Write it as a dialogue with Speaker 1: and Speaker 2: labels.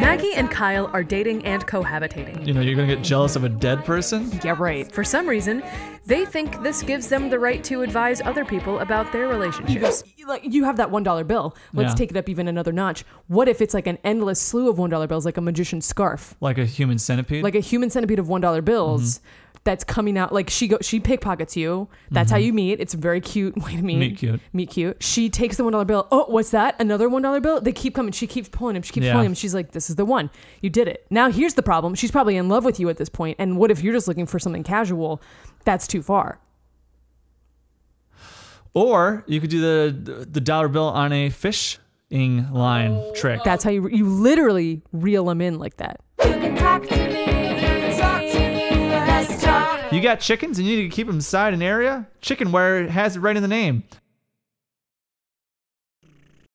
Speaker 1: Maggie and Kyle are dating and cohabitating.
Speaker 2: You know, you're gonna get jealous of a dead person.
Speaker 3: Yeah, right.
Speaker 1: For some reason, they think this gives them the right to advise other people about their relationships.
Speaker 3: Like you have that one dollar bill. Let's
Speaker 2: Yeah.
Speaker 3: take it up even another notch. What if it's like an endless slew of one dollar bills, like a magician's scarf,
Speaker 2: Like a human centipede.
Speaker 3: like a human centipede of one dollar bills?
Speaker 2: Mm-hmm.
Speaker 3: That's coming out like she go she pickpockets you. That's how you meet. It's a very cute way to meet.
Speaker 2: Meet cute.
Speaker 3: Meet cute. She takes the one dollar bill. Oh, what's that? Another one dollar bill? They keep coming. She keeps pulling him. She keeps
Speaker 2: Yeah.
Speaker 3: pulling him. She's like, This is the one. You did it. Now here's the problem. She's probably in love with you at this point. And what if you're just looking for something casual? That's too far.
Speaker 2: or you could do the the dollar bill on a fishing line trick.
Speaker 3: That's how you you literally reel them in like that.
Speaker 4: You can talk to me. Talk to me. Let's talk.
Speaker 2: You got chickens and you need to keep them inside an area? Chicken wire has it right in the name.